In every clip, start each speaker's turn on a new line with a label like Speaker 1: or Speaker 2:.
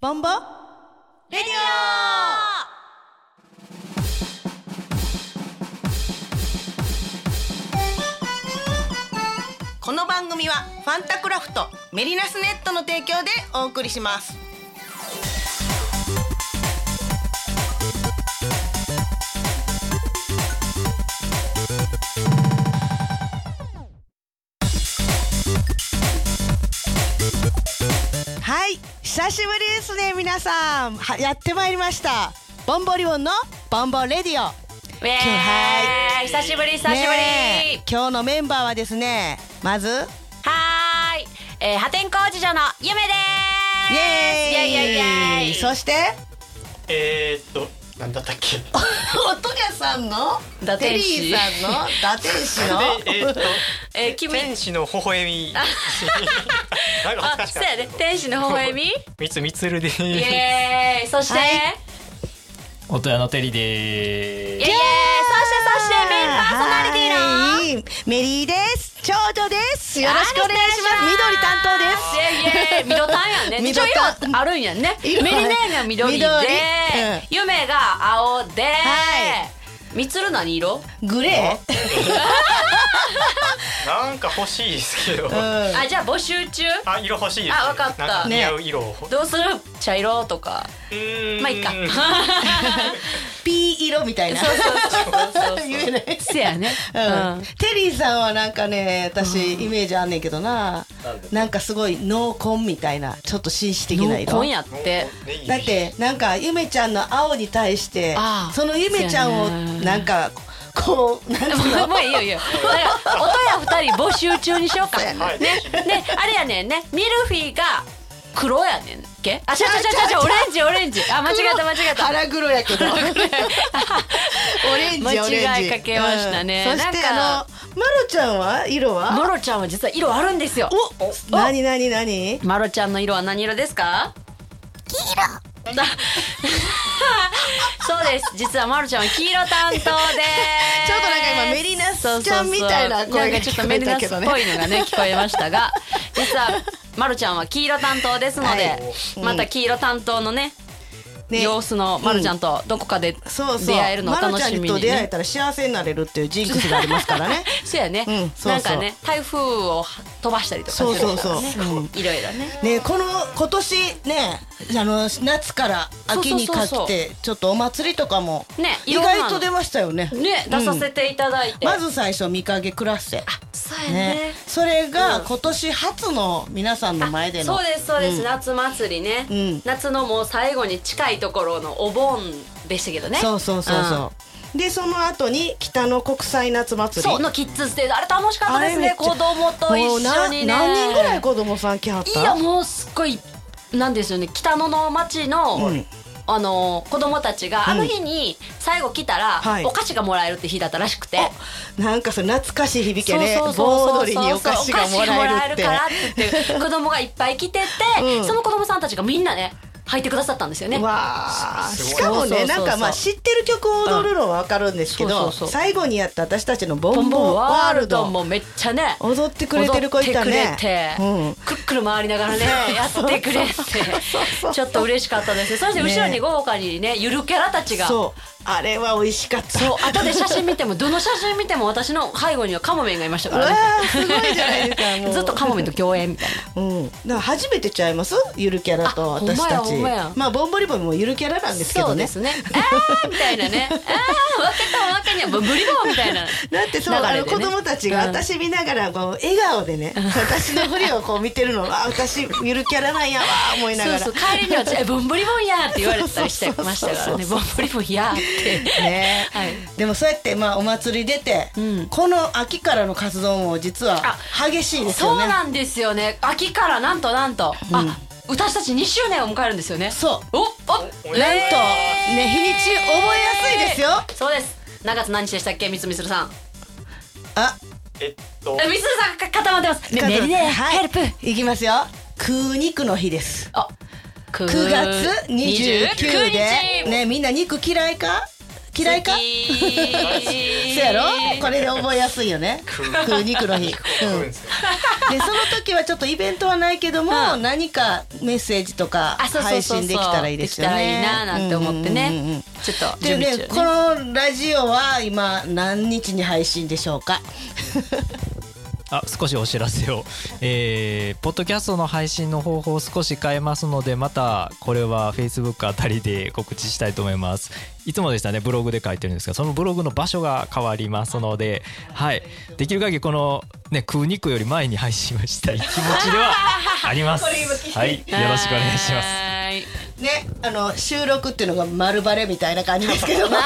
Speaker 1: ボンボ
Speaker 2: レディオ
Speaker 1: この番組はファンタクラフトメリナスネットの提供でお送りしますはい久しぶりですね皆さんはやってまいりましたボンボリオンのボンボレディオ
Speaker 2: イエ
Speaker 1: は
Speaker 2: ーイ久しぶり久しぶり、
Speaker 1: ねえ今日のメンバーはですねまず
Speaker 2: はーい、えー、破天荒次女のゆめで
Speaker 1: イエーイ
Speaker 2: イエーイイエーイイエーイ
Speaker 1: そして
Speaker 3: えー、っと、なんだったっけ。
Speaker 1: 音がさんの
Speaker 2: 伊達
Speaker 1: テリ
Speaker 2: 氏
Speaker 1: ーさんの伊達氏の
Speaker 3: で、えー、っと、
Speaker 2: すえー、君
Speaker 3: 天使の微笑み。 なんか恥ず
Speaker 2: あ、
Speaker 3: かし
Speaker 2: そ
Speaker 3: か
Speaker 2: う
Speaker 3: った
Speaker 2: やね天使の 微笑みイ
Speaker 3: みつみつるでーす。
Speaker 2: エーイそして、
Speaker 1: はい
Speaker 2: イ
Speaker 4: 音屋のテリ
Speaker 2: エーイ
Speaker 4: で
Speaker 2: そ
Speaker 4: ー
Speaker 2: して
Speaker 4: す。
Speaker 2: そしてメインパーソナリティの
Speaker 1: ィのメリーです長女ですよろしくお願いします緑担当です
Speaker 2: イエーイイエーイミドタンやん ね。
Speaker 1: ミ
Speaker 2: 一
Speaker 1: ド
Speaker 2: 応
Speaker 1: タン
Speaker 2: 色あるんやんね。メリ
Speaker 1: 色ある
Speaker 2: ネーが緑で、
Speaker 1: 緑うん
Speaker 2: 夢が青で、
Speaker 1: は
Speaker 2: みつる何色？
Speaker 1: グレー
Speaker 3: なんか欲しいですけど。
Speaker 1: うん
Speaker 2: あ、じゃあ募集中。
Speaker 3: あ、色欲しいです、ね。
Speaker 2: あわかった
Speaker 3: なん似合う色を。
Speaker 2: どうする？茶色とか。
Speaker 3: うーん
Speaker 2: まあいいか。
Speaker 1: ピー色みたいな
Speaker 2: そうそうそ う
Speaker 1: 言えない
Speaker 2: せやね。
Speaker 1: うんテリーさんはなんかね私イメージあんねんけどななんかすごい濃紺みたいなちょっと紳士的な
Speaker 2: 濃
Speaker 1: 色
Speaker 2: 紺やって。
Speaker 3: ネギ
Speaker 1: だってなんかゆめちゃんの青に対して
Speaker 2: ああ
Speaker 1: そのゆめちゃんを
Speaker 2: そうやね
Speaker 1: なんかこうなんていう
Speaker 2: もう
Speaker 1: の
Speaker 2: もういいよいいよ。だから音や二人募集中にしようか。ね、
Speaker 3: はい
Speaker 2: ね、あれやねんね。ミルフィーが黒やねんっけ？あ、ちゃちゃちゃちゃオレンジオレンジ。あ、間違えた間違えた。
Speaker 1: 腹黒やけ どオレンジオレンジ
Speaker 2: 間違いかけましたね
Speaker 1: うんそして
Speaker 2: なん
Speaker 1: あのまろちゃんは色は
Speaker 2: マロちゃんは実は色あるんですよ。
Speaker 1: おなになになに
Speaker 2: マロちゃんの色は何色ですか？黄色。 そうです。実はマロちゃんは黄色担 当です。ち
Speaker 1: ちょっと
Speaker 2: ょっ
Speaker 1: なんか今メリナスちゃんみたいな声が
Speaker 2: んかちょ
Speaker 1: 聞
Speaker 2: っと
Speaker 1: こ
Speaker 2: メ
Speaker 1: え
Speaker 2: リナ
Speaker 1: た
Speaker 2: ス
Speaker 1: け
Speaker 2: っ
Speaker 1: どね
Speaker 2: ぽいのがね聞こえまし たが、実はマロちゃんは黄色担当ですので、
Speaker 1: はいうん
Speaker 2: また黄色担当のね
Speaker 1: ね
Speaker 2: 様子のマロちゃんとどこかで
Speaker 1: そうそう
Speaker 2: 出会えるのを楽しみに、ね。
Speaker 1: まろちゃんと出会えたら幸せになれるっていうジンクスがありますからね
Speaker 2: そうやね、
Speaker 1: うんそうそう
Speaker 2: なんかね台風を飛ばしたりとかする
Speaker 1: そうそうそう
Speaker 2: からねいろいろね
Speaker 1: ねこの今年ねあの夏から秋にか
Speaker 2: そうそ
Speaker 1: け
Speaker 2: うそう
Speaker 1: てちょっとお祭りとかも
Speaker 2: ね
Speaker 1: 意
Speaker 2: いろんなの
Speaker 1: 外と出ましたよね
Speaker 2: ね出させていただいて、
Speaker 1: まず最初見かけクラッセ
Speaker 2: そうやね
Speaker 1: ねそれが
Speaker 2: うん
Speaker 1: 今年初の皆さんの前での
Speaker 2: あそうですそうです、
Speaker 1: ん
Speaker 2: 夏祭りね、
Speaker 1: うん
Speaker 2: 夏のもう最後に近いところのお盆でしたけどね
Speaker 1: そうそうそうそうでその後に北の国際夏
Speaker 2: うん
Speaker 1: 祭り
Speaker 2: そうのキッズステージあれ楽しかったです
Speaker 1: あれめ
Speaker 2: ね
Speaker 1: っちゃ
Speaker 2: 子供と一
Speaker 1: もうな
Speaker 2: 緒にね
Speaker 1: 何人ぐらい子供さん来はった
Speaker 2: いやもうすっごいなんですよね北野の町の、
Speaker 1: うん
Speaker 2: あの子供たちがあの日に最後来たら、
Speaker 1: はい
Speaker 2: お菓子がもらえるって日だったらしくて、
Speaker 1: なんかそれ懐かしい響きやね
Speaker 2: そうそう
Speaker 1: 盆
Speaker 2: そうそう
Speaker 1: 踊りにお菓子がもらえるって
Speaker 2: お菓子がもらえるからって言って子供がいっぱい来てて、
Speaker 1: うん
Speaker 2: その子供さんたちがみんなね入ってくださったんですよね
Speaker 1: わあ
Speaker 3: すごい
Speaker 1: しかも
Speaker 2: そうそうそ
Speaker 1: ね
Speaker 2: うそう
Speaker 1: なんかまあ知ってる曲を踊るのはわかるんですけ
Speaker 2: うんそ
Speaker 1: ど
Speaker 2: うそうそう
Speaker 1: 最後にやった私たちの「ボ
Speaker 2: ボン
Speaker 1: ン
Speaker 2: ボ
Speaker 1: ボ
Speaker 2: ン
Speaker 1: ン
Speaker 2: ワ
Speaker 1: ワ
Speaker 2: ー
Speaker 1: ー
Speaker 2: ル
Speaker 1: ル
Speaker 2: ド
Speaker 1: ド」
Speaker 2: もめっちゃね
Speaker 1: 踊ってくれてる子いたね
Speaker 2: 踊ってくれて、
Speaker 1: うん
Speaker 2: くるくる回りながらねやってくれてちょっと嬉しかったですねそして後ろに豪華にねゆるキャラたちがそう
Speaker 1: そうあれは美味しかった
Speaker 2: 後で写真見てもどの写真見ても私の背後にはカモメンがいました
Speaker 1: う
Speaker 2: か
Speaker 1: わ
Speaker 2: らね
Speaker 1: ーすごいじゃないですかもう
Speaker 2: ずっとカモメンと共演みたい
Speaker 1: うん、だから初めてちゃいますゆるキャラと
Speaker 2: あ
Speaker 1: 私た
Speaker 2: ほ
Speaker 1: ち
Speaker 2: んまやほんまや
Speaker 1: まあボンボリボンもゆるキャラなん
Speaker 2: な
Speaker 1: ですけどね
Speaker 2: そうですねあーみたいなねあー分けた分けにはブリボーみたいな
Speaker 1: だってそう、
Speaker 2: 流れ
Speaker 1: あ
Speaker 2: で
Speaker 1: の
Speaker 2: ね
Speaker 1: 子供たちが
Speaker 2: うん
Speaker 1: 私見ながらこう笑顔でね、 私のふりをこう見てるのあ私ゆるキャラなんやわ思いな
Speaker 2: そ
Speaker 1: が
Speaker 2: うそ
Speaker 1: ら
Speaker 2: う帰りには「えボンブリボンや!」って言われてたりしてましたからね「
Speaker 1: そ
Speaker 2: ボンブリボンや!」って
Speaker 1: ね、
Speaker 2: はい
Speaker 1: でもそうやってまあお祭り出て、
Speaker 2: うん
Speaker 1: この秋からの活動も実は
Speaker 2: あ
Speaker 1: 激しいです
Speaker 2: そう
Speaker 1: よね
Speaker 2: なんですよね秋からなんとなんと、あ私たち2周年を迎えるんですよね
Speaker 1: そう
Speaker 2: おお
Speaker 1: な
Speaker 3: お
Speaker 1: んと
Speaker 2: えー
Speaker 1: ね日にち覚えやすいですよ
Speaker 2: そうです何月何日でしたっけみつみつるさん
Speaker 1: あ
Speaker 3: えっと
Speaker 2: え、みつるさんが固まってますねメリネー
Speaker 1: はい
Speaker 2: ヘルプ
Speaker 1: いきますよ空肉の日です
Speaker 2: あ9
Speaker 1: 9月29で
Speaker 2: 日
Speaker 1: ねみんな肉嫌いか嫌いか
Speaker 2: 好き
Speaker 1: そうやろこれで覚えやすいよね
Speaker 3: 食う
Speaker 1: 食う肉の日、うん、
Speaker 3: うん
Speaker 1: で
Speaker 3: で
Speaker 1: そ
Speaker 3: すよ
Speaker 1: の時はちょっとイベントはないけども、
Speaker 2: うん
Speaker 1: 何かメッセージとか
Speaker 2: あそうそう
Speaker 1: 配
Speaker 2: そうそ
Speaker 1: 信
Speaker 2: う
Speaker 1: できたらいいですよ
Speaker 2: でき
Speaker 1: ね
Speaker 2: たらいいななんて思って
Speaker 1: うんうんうんうん
Speaker 2: ねちょっと
Speaker 1: で
Speaker 2: 準備
Speaker 1: ね
Speaker 2: 中
Speaker 1: このラジオは今何日に配信でしょうか
Speaker 4: あ少しお知らせを、えーポッドキャストの配信の方法を少し変えますのでまたこれは Facebook あたりで告知したいと思いますいつもでしたらねブログで書いてるんですがそのブログの場所が変わりますので、はい、できる限りこの、ね、食う肉より前に配信をしたい気持ちではあります
Speaker 1: これ今聞いて
Speaker 4: はい、よろしくお願いします
Speaker 2: はーい
Speaker 1: ねあの収録っていうのが丸バレみたい な感じですけどでも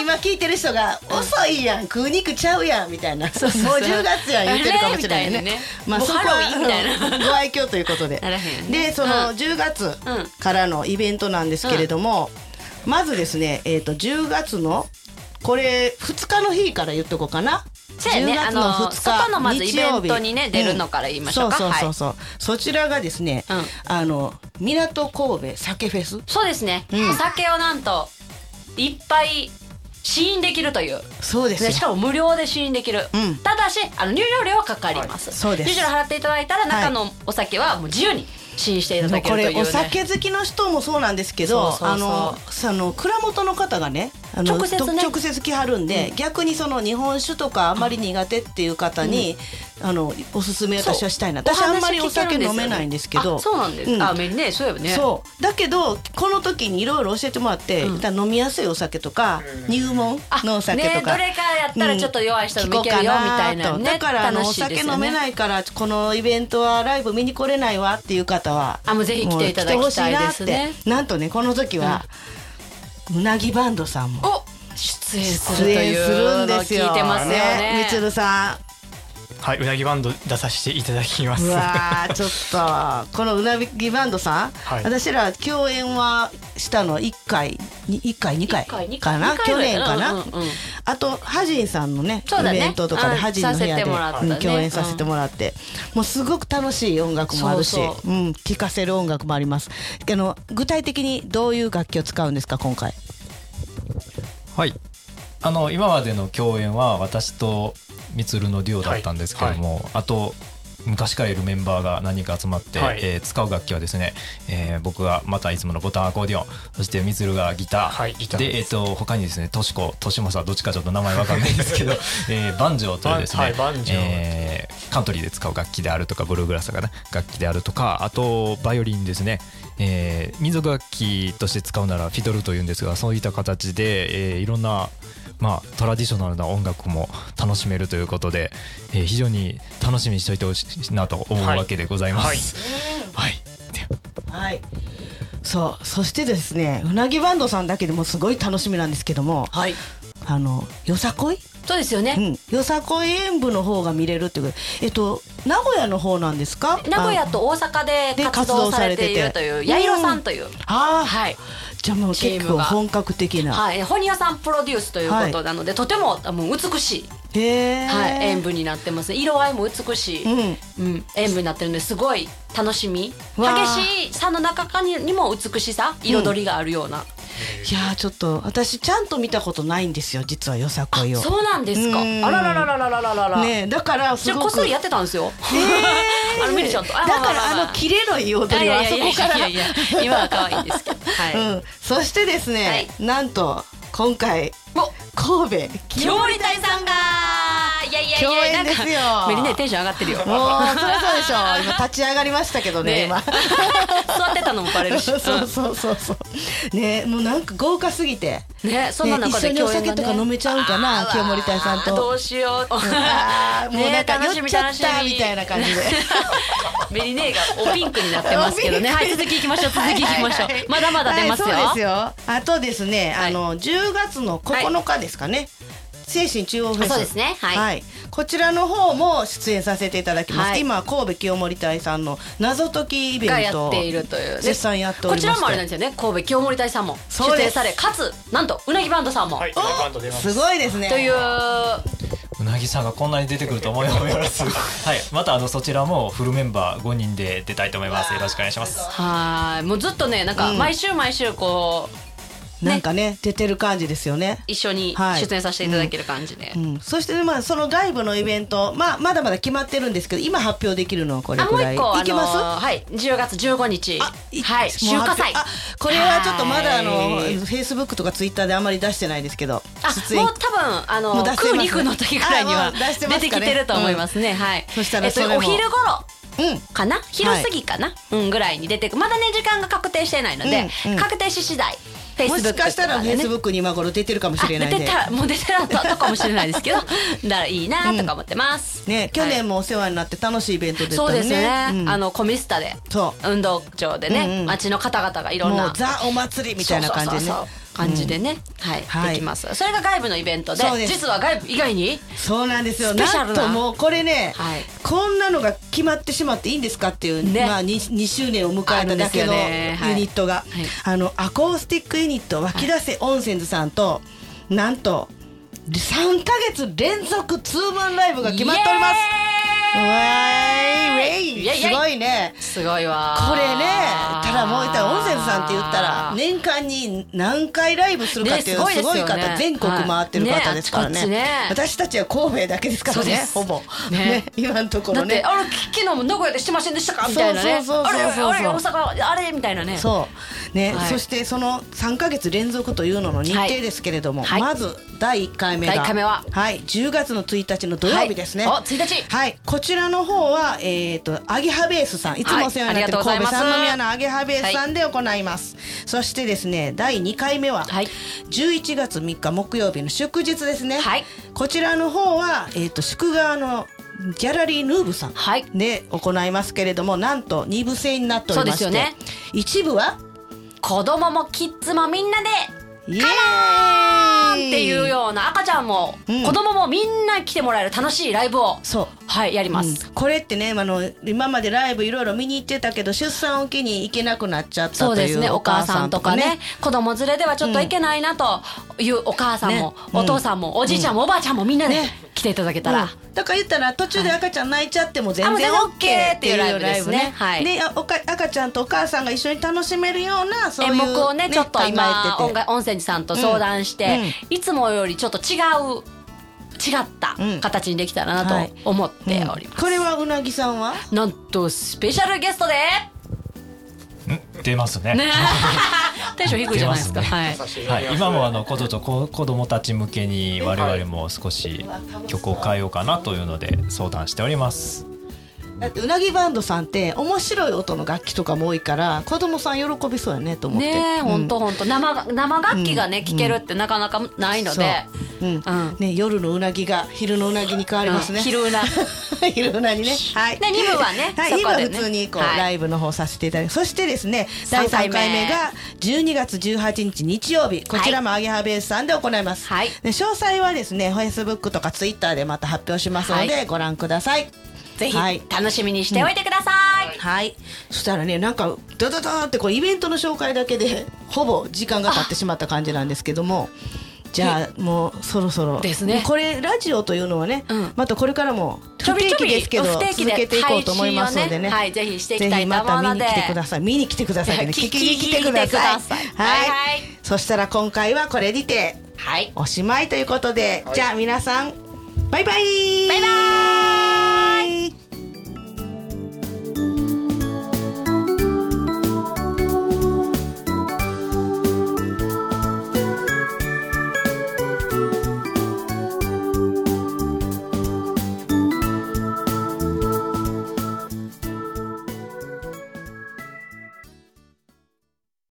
Speaker 1: 今聞いてる人が「遅いやん食う肉ちゃうやん」みたいな「
Speaker 2: うそうそう
Speaker 1: もう10月やん」言ってるかもしれないね
Speaker 2: あれみたいなね
Speaker 1: まあ
Speaker 2: もう
Speaker 1: そこは
Speaker 2: ハロウィンみたいな
Speaker 1: うんご愛嬌ということで
Speaker 2: ならへんね
Speaker 1: でその10月
Speaker 2: うん
Speaker 1: からのイベントなんですけれども、まずですね、えー、と10月のこれ2日の日から言っとこうかな。
Speaker 2: そうやね
Speaker 1: 10月
Speaker 2: あの外のまずイベントにね
Speaker 1: 日曜日
Speaker 2: 出るのから言いましょうか
Speaker 1: んそうそうそうそう、そちらがですね、
Speaker 2: うん
Speaker 1: あの港神戸酒フェス
Speaker 2: そうですね
Speaker 1: うん
Speaker 2: お酒をなんといっぱい試飲できるという
Speaker 1: そうですよ
Speaker 2: でしかも無料で試飲できる、
Speaker 1: うん
Speaker 2: ただしあの入場料はかかります、
Speaker 1: はいそうです
Speaker 2: 入場料払っていただいたら中のお酒はもう自由に試飲していただけ
Speaker 1: こ
Speaker 2: るという、
Speaker 1: れ
Speaker 2: ね、
Speaker 1: お酒好きの人もそうなんですけど
Speaker 2: そうそうそう
Speaker 1: あのその蔵元の方がねあの
Speaker 2: 直接ね
Speaker 1: と直接来はるんで、逆にその日本酒とかあんまり苦手っていう方に、あのおすすめ私はしたいな
Speaker 2: そう
Speaker 1: 私あんまりお
Speaker 2: 話聞け
Speaker 1: 酒
Speaker 2: るですよ
Speaker 1: 飲
Speaker 2: ね
Speaker 1: めないんですけど
Speaker 2: あそうなんです、
Speaker 1: うん
Speaker 2: あめねそういえばね
Speaker 1: そうだけどこの時にいろいろ教えてもらって、
Speaker 2: うん
Speaker 1: だから飲みやすいお酒とか、
Speaker 3: うん
Speaker 1: 入門
Speaker 2: あ
Speaker 1: のお酒とか、
Speaker 2: ねどれかやったらちょっと弱い人でもいけるよ
Speaker 1: うん聞こうか
Speaker 2: みたいな
Speaker 1: と
Speaker 2: ね
Speaker 1: だからあのお
Speaker 2: 楽しいです
Speaker 1: 酒
Speaker 2: よね
Speaker 1: 飲めないからこのイベントはライブ見に来れないわっていう方は
Speaker 2: あもうぜひ来ていただきたいですね
Speaker 1: もう来てほしいなってなんとねこの時は、うなぎバンドさんも
Speaker 2: お出演する
Speaker 1: 出
Speaker 2: と
Speaker 1: 演する
Speaker 2: い
Speaker 1: ん
Speaker 2: うのを
Speaker 1: です
Speaker 2: 聞
Speaker 1: よ
Speaker 2: いてますよね
Speaker 1: みつるさん
Speaker 4: はいうなぎバンド出させていただきま
Speaker 1: うわー ちょっとこのうなぎバンドさん、
Speaker 4: はい
Speaker 1: 私ら共演はしたの1回に1回2回
Speaker 2: 一回二
Speaker 1: か
Speaker 2: 回
Speaker 1: な
Speaker 2: 二回
Speaker 1: 去
Speaker 2: ぐらい
Speaker 1: 年かな、
Speaker 2: うんうんうん
Speaker 1: あとハジンさんのね
Speaker 2: そうだね
Speaker 1: イベントとかで
Speaker 2: うん
Speaker 1: ハジンの部屋で、
Speaker 2: させてもらった
Speaker 1: うん
Speaker 2: ね
Speaker 1: 共演させてもらって、もうすごく楽しい音楽もあるし
Speaker 2: そう
Speaker 1: う
Speaker 2: そ
Speaker 1: ん、聴かせる音楽もありますあの具体的にどういう楽器を使うんですか今回
Speaker 4: はい。あの今までの共演は私とみつるのデュオだったんですけども、あと昔からいるメンバーが何人か集まって、
Speaker 3: はい
Speaker 4: えー使う楽器はですね、えー僕がまたいつものボタンアコーディオンそしてみつるがギター,、
Speaker 3: はいギター
Speaker 4: で、えー、と他にですねとしことしもさんどっちかちょっと名前わかんないんです けど、えー、バンジョーというですね、
Speaker 3: はいバンジョー
Speaker 4: えーカントリーで使う楽器であるとかブルーグラスかな楽器であるとかあとバイオリンですね、えー民族楽器として使うならフィドルというんですがそういった形で、えーいろんな、まあ、トラディショナルな音楽も楽しめるということで、えー非常に楽しみにしておいてほしいなと思うわけでございます。はい、で
Speaker 1: はいそうそしてですねうなぎバンドさんだけでもすごい楽しみなんですけども
Speaker 2: はい
Speaker 1: あのよさこい
Speaker 2: そうですよね、
Speaker 1: うん、よさこい演舞の方が見れるってことえっと名古屋の方なんですか
Speaker 2: 名古屋と大阪で
Speaker 1: で
Speaker 2: 活動されているという
Speaker 1: 活動されてて
Speaker 2: 八色さんという、
Speaker 1: ああー、
Speaker 2: はい
Speaker 1: じゃあもう
Speaker 2: チー
Speaker 1: 結
Speaker 2: ム
Speaker 1: 構
Speaker 2: が
Speaker 1: 本格的な、
Speaker 2: はい、本屋さんプロデュースということなので、とてもあもう美しい、
Speaker 1: へえ、
Speaker 2: はい、演舞になってますね色合いも美しい、
Speaker 1: う
Speaker 2: うん演舞になってるんですごい楽しみ
Speaker 1: わあ
Speaker 2: 激しいさの中ににも美しさ彩りがあるような、
Speaker 1: いやーちょっと私ちゃんと見たことないんですよ実はよさこいを
Speaker 2: そうなんですかあ
Speaker 1: うん
Speaker 2: ららららららららら、
Speaker 1: ねえだからす
Speaker 2: じゃあ
Speaker 1: ご
Speaker 2: こっ
Speaker 1: く
Speaker 2: そりやってたんですよ、
Speaker 1: えー
Speaker 2: あのミリちゃんと
Speaker 1: だからあのキレのいい踊
Speaker 2: い
Speaker 1: りは
Speaker 2: や
Speaker 1: あ
Speaker 2: い
Speaker 1: そ
Speaker 2: やいや
Speaker 1: こから
Speaker 2: いやいや今は可愛いんですけどはい、
Speaker 1: うん、そしてですね、
Speaker 2: はい
Speaker 1: なんと今回
Speaker 2: お
Speaker 1: 神戸
Speaker 2: 料理隊さんがいやいやいや
Speaker 1: 共演
Speaker 2: なんか
Speaker 1: ですよ
Speaker 2: メリネテンション上がってるよ
Speaker 1: もうそれそうでしょ今立ち上がりましたけどね
Speaker 2: ね
Speaker 1: 今
Speaker 2: 座ってたのもバレる し
Speaker 1: そうそうそうそうねもうなんか豪華すぎて、
Speaker 2: うんねそんな
Speaker 1: ね
Speaker 2: 中
Speaker 1: 一緒
Speaker 2: で
Speaker 1: にお
Speaker 2: 共演が、ね
Speaker 1: 酒とか飲めちゃうんかな
Speaker 2: あー
Speaker 1: 清盛隊さんと
Speaker 2: どうしよう
Speaker 1: あーもうなんか
Speaker 2: ね楽し
Speaker 1: 酔っ
Speaker 2: み
Speaker 1: ちゃ
Speaker 2: 楽
Speaker 1: っ
Speaker 2: したみ
Speaker 1: みたいな感じで
Speaker 2: メリネがおピンクになってますけ どねはい続きいきましょう続きいきましょう
Speaker 1: はいはいはい
Speaker 2: まだまだ出ますよ,、
Speaker 1: はいそうですよあとですね、
Speaker 2: はい
Speaker 1: あの10月の9日ですかね、精神中央フェス
Speaker 2: あそうですねはい
Speaker 1: こちらの方も出演させていただきます、
Speaker 2: はい
Speaker 1: 今神戸清盛隊さんの謎解きイベント
Speaker 2: が
Speaker 1: を
Speaker 2: やっているというで
Speaker 1: 絶賛やっておりまし
Speaker 2: こ
Speaker 1: て
Speaker 2: ちらもあれなんですよね神戸清盛隊さんも
Speaker 1: そうで
Speaker 2: 出
Speaker 1: す
Speaker 2: 演されかつなんとうなぎバンドさんも、
Speaker 3: はい、バンド出ます
Speaker 1: すごいですね
Speaker 2: という
Speaker 4: うなぎさんがこんなに出てくると思います。はい、またあのそちらもフルメンバー5人で出たいと思います。よろしくお願いします。
Speaker 2: はいもうずっとねなんか毎週毎週こう、
Speaker 1: なんかね出てる感じですよね。
Speaker 2: 一緒に
Speaker 1: はい
Speaker 2: 出演させていただける感じで
Speaker 1: う。ん、そして、まあ、その外部のイベント、まあ、まだまだ決まってるんですけど今発表できるのはこれ
Speaker 2: あも
Speaker 1: ぐ
Speaker 2: う
Speaker 1: らい
Speaker 2: 一個
Speaker 1: いきます、
Speaker 2: あのーはい10月15日
Speaker 1: あい
Speaker 2: はい
Speaker 1: もう
Speaker 2: 週華
Speaker 1: 発
Speaker 2: 祭
Speaker 1: 表あこれはちょっとまだあのフ
Speaker 2: はい
Speaker 1: ェイスブックとかツイッターであまり出してないですけど
Speaker 2: あ
Speaker 1: 出演
Speaker 2: もう多分あ
Speaker 1: も
Speaker 2: の
Speaker 1: う出せます
Speaker 2: 空肉の時ぐらいに
Speaker 1: あ
Speaker 2: は
Speaker 1: もう出してま
Speaker 2: 出
Speaker 1: すか
Speaker 2: て
Speaker 1: ね
Speaker 2: きてると思いますね、はい
Speaker 1: そしたら
Speaker 2: えっと
Speaker 1: それも
Speaker 2: お昼頃
Speaker 1: うん
Speaker 2: かな昼過ぎかな、うんぐらいに出てくまだね時間が確定してないので、
Speaker 1: うんうん
Speaker 2: 確定し次第フェイ
Speaker 1: も
Speaker 2: スブッ
Speaker 1: し
Speaker 2: ク
Speaker 1: かしたらフェイスブックに今頃出てるかもしれないん
Speaker 2: 出
Speaker 1: で
Speaker 2: てたもう出てたとかもしれないで すけどだからいいなとか思ってます、
Speaker 1: ね去年もお世話になって楽しいイベントでした
Speaker 2: そう
Speaker 1: ね
Speaker 2: ですね、
Speaker 1: うん
Speaker 2: あのコミスタで
Speaker 1: そう
Speaker 2: 運動場でね、
Speaker 1: うんうん
Speaker 2: 街の方々がいろん
Speaker 1: も
Speaker 2: な
Speaker 1: うザお祭りみたいな感じでね
Speaker 2: そうそうそうそう感じでね、はい、
Speaker 1: はい
Speaker 2: できますそれが外部のイベントで
Speaker 1: そうです
Speaker 2: 実は外部以外に
Speaker 1: そうなんですよ
Speaker 2: スペシャ
Speaker 1: な
Speaker 2: ルなん
Speaker 1: ともうこれね、
Speaker 2: はい
Speaker 1: こんなのが決まってしまっていいんですかっていう、
Speaker 2: ね
Speaker 1: まあ、2, 2周年を迎えただけの
Speaker 2: あるんですよねはい
Speaker 1: ユニットが、
Speaker 2: はい
Speaker 1: あのアコースティックユニット湧き出せ温泉ズさんと、なんと3か月連続ツーマンライブが決まっております
Speaker 2: イエ
Speaker 1: わ
Speaker 2: ーイ
Speaker 1: ーいウェイ
Speaker 2: イエイイエイ
Speaker 1: すごいね
Speaker 2: すごいわー
Speaker 1: これねただもう言ったら温泉さんって言ったら年間に何回ライブするかっていう
Speaker 2: ねすごいです
Speaker 1: す
Speaker 2: よ
Speaker 1: ご
Speaker 2: ね
Speaker 1: い方全国回ってる
Speaker 2: は
Speaker 1: 方
Speaker 2: い
Speaker 1: ですからね
Speaker 2: ねあっちね
Speaker 1: 私たちは神戸だけですから
Speaker 2: そうで
Speaker 1: ね
Speaker 2: す
Speaker 1: ほぼ
Speaker 2: ね
Speaker 1: ね今のとこ
Speaker 2: だ
Speaker 1: ろ
Speaker 2: って
Speaker 1: ね
Speaker 2: あのき昨日も名古屋でしてませんでしたかみたいなね
Speaker 1: そうそうそうそうそう
Speaker 2: あれあれ大阪あれみたいなね
Speaker 1: そうね
Speaker 2: はい
Speaker 1: そしてその3か月連続というのの日程ですけれども
Speaker 2: はい
Speaker 1: まず第1回目が
Speaker 2: 第一回目は
Speaker 1: はい10月の1日の土曜日ですね
Speaker 2: はいお1日
Speaker 1: はい、こちらの方は、えっ、と、アゲハベースさん、いつもお世話になってる、神戸
Speaker 2: はいありがとうございます
Speaker 1: 三宮のアゲハベースさんで行います。そしてですね、第2回目は、
Speaker 2: はい
Speaker 1: 11月3日木曜日の祝日ですね。
Speaker 2: はい
Speaker 1: こちらの方は、えっ、と、宿側のギャラリーヌーブさん
Speaker 2: はい
Speaker 1: で行いますけれども、なんと2部制になっておりまして、
Speaker 2: そうですよね
Speaker 1: 一部は、
Speaker 2: 子供もキッズもみんなで
Speaker 1: イエ
Speaker 2: カモ
Speaker 1: ー
Speaker 2: ン
Speaker 1: イ
Speaker 2: っていうような赤ちゃんも、
Speaker 1: うん
Speaker 2: 子供もみんな来てもらえる楽しいライブを
Speaker 1: そう。
Speaker 2: はいやります、
Speaker 1: うんこれってねあの今までライブいろいろ見に行ってたけど出産を機に行けなくなっちゃったという
Speaker 2: そうですねお母さんとかね子供連れではちょっといけないなというお母さんも、
Speaker 1: ねうん
Speaker 2: お父さんも、おじいちゃんも、おばあちゃんもみんなで
Speaker 1: ね
Speaker 2: 来ていただけた
Speaker 1: だ
Speaker 2: ら、
Speaker 1: からだから言ったら途中で赤ちゃん泣いちゃっても全
Speaker 2: あもう全
Speaker 1: 然
Speaker 2: 然
Speaker 1: OK っていうライブ
Speaker 2: っていうライブですね
Speaker 1: ね
Speaker 2: はい
Speaker 1: であおか赤ちゃんとお母さんが一緒に楽しめるようなそういう、
Speaker 2: 演目をねちょっと今
Speaker 1: 考え
Speaker 2: 音楽温泉寺さんと相談して、いつもよりちょっと違う違った
Speaker 1: うん
Speaker 2: 形にできたら
Speaker 1: は
Speaker 2: ないと思っておりま
Speaker 1: う
Speaker 2: す、
Speaker 1: んこれはうなぎさんは
Speaker 2: なんとスペシャルゲストで
Speaker 4: ん出ますね
Speaker 2: ね テンション低いじゃないですか
Speaker 4: 出
Speaker 2: はい
Speaker 4: はい、今もあのこととこ子供たち向けに我々も少し曲を変えようかなというので相談しております
Speaker 1: だってうなぎバンドさんって面白い音の楽器とかも多いから子供さん喜びそうやねと思って
Speaker 2: ねえ
Speaker 1: うん
Speaker 2: 本当本当生が生楽器がね聴けるってなかなかないので、
Speaker 1: そう、うん
Speaker 2: うん
Speaker 1: ね、夜のうなぎが昼のうなぎに変わりますね、
Speaker 2: うん昼うな
Speaker 1: 昼うなにねはい
Speaker 2: で二部はね
Speaker 1: はい、
Speaker 2: そこ
Speaker 1: 今
Speaker 2: でね
Speaker 1: 普通にこう、
Speaker 2: はい
Speaker 1: ライブの方させていただいてそしてですね第
Speaker 2: 三回
Speaker 1: 3
Speaker 2: 目
Speaker 1: 回目が12月18日日曜日こちらもアゲハベースさんで行います、
Speaker 2: はい
Speaker 1: で詳細はですねフェイスブックとかツイッターでまた発表しますので、
Speaker 2: は
Speaker 1: ご覧ください
Speaker 2: ぜひ
Speaker 1: はい
Speaker 2: 楽しみにしておいてください、
Speaker 1: はい、そしたらねなんかドドドーってこうイベントの紹介だけでほぼ時間が経ってしまった感じなんですけどもじゃあもうそろそろ
Speaker 2: ですね
Speaker 1: これラジオというのはね、
Speaker 2: うん
Speaker 1: またこれからも
Speaker 2: ちょ
Speaker 1: 不
Speaker 2: び
Speaker 1: 定
Speaker 2: ちょ
Speaker 1: 期
Speaker 2: び
Speaker 1: ですけど
Speaker 2: 不定期で
Speaker 1: 続けていこうと思いますのでね
Speaker 2: 配信をねはいぜひしていきたい
Speaker 1: ぜひまた
Speaker 2: と思
Speaker 1: 見
Speaker 2: うの
Speaker 1: に
Speaker 2: で
Speaker 1: 来てください見に来てくださいね
Speaker 2: いや聞
Speaker 1: 聞
Speaker 2: き
Speaker 1: きに来てください
Speaker 2: 聞きに来てください
Speaker 1: はい、
Speaker 2: はいはい
Speaker 1: そしたら今回はこれにて
Speaker 2: はい
Speaker 1: おしまいということで、じゃあ皆さんバイバイ
Speaker 2: バイバーイ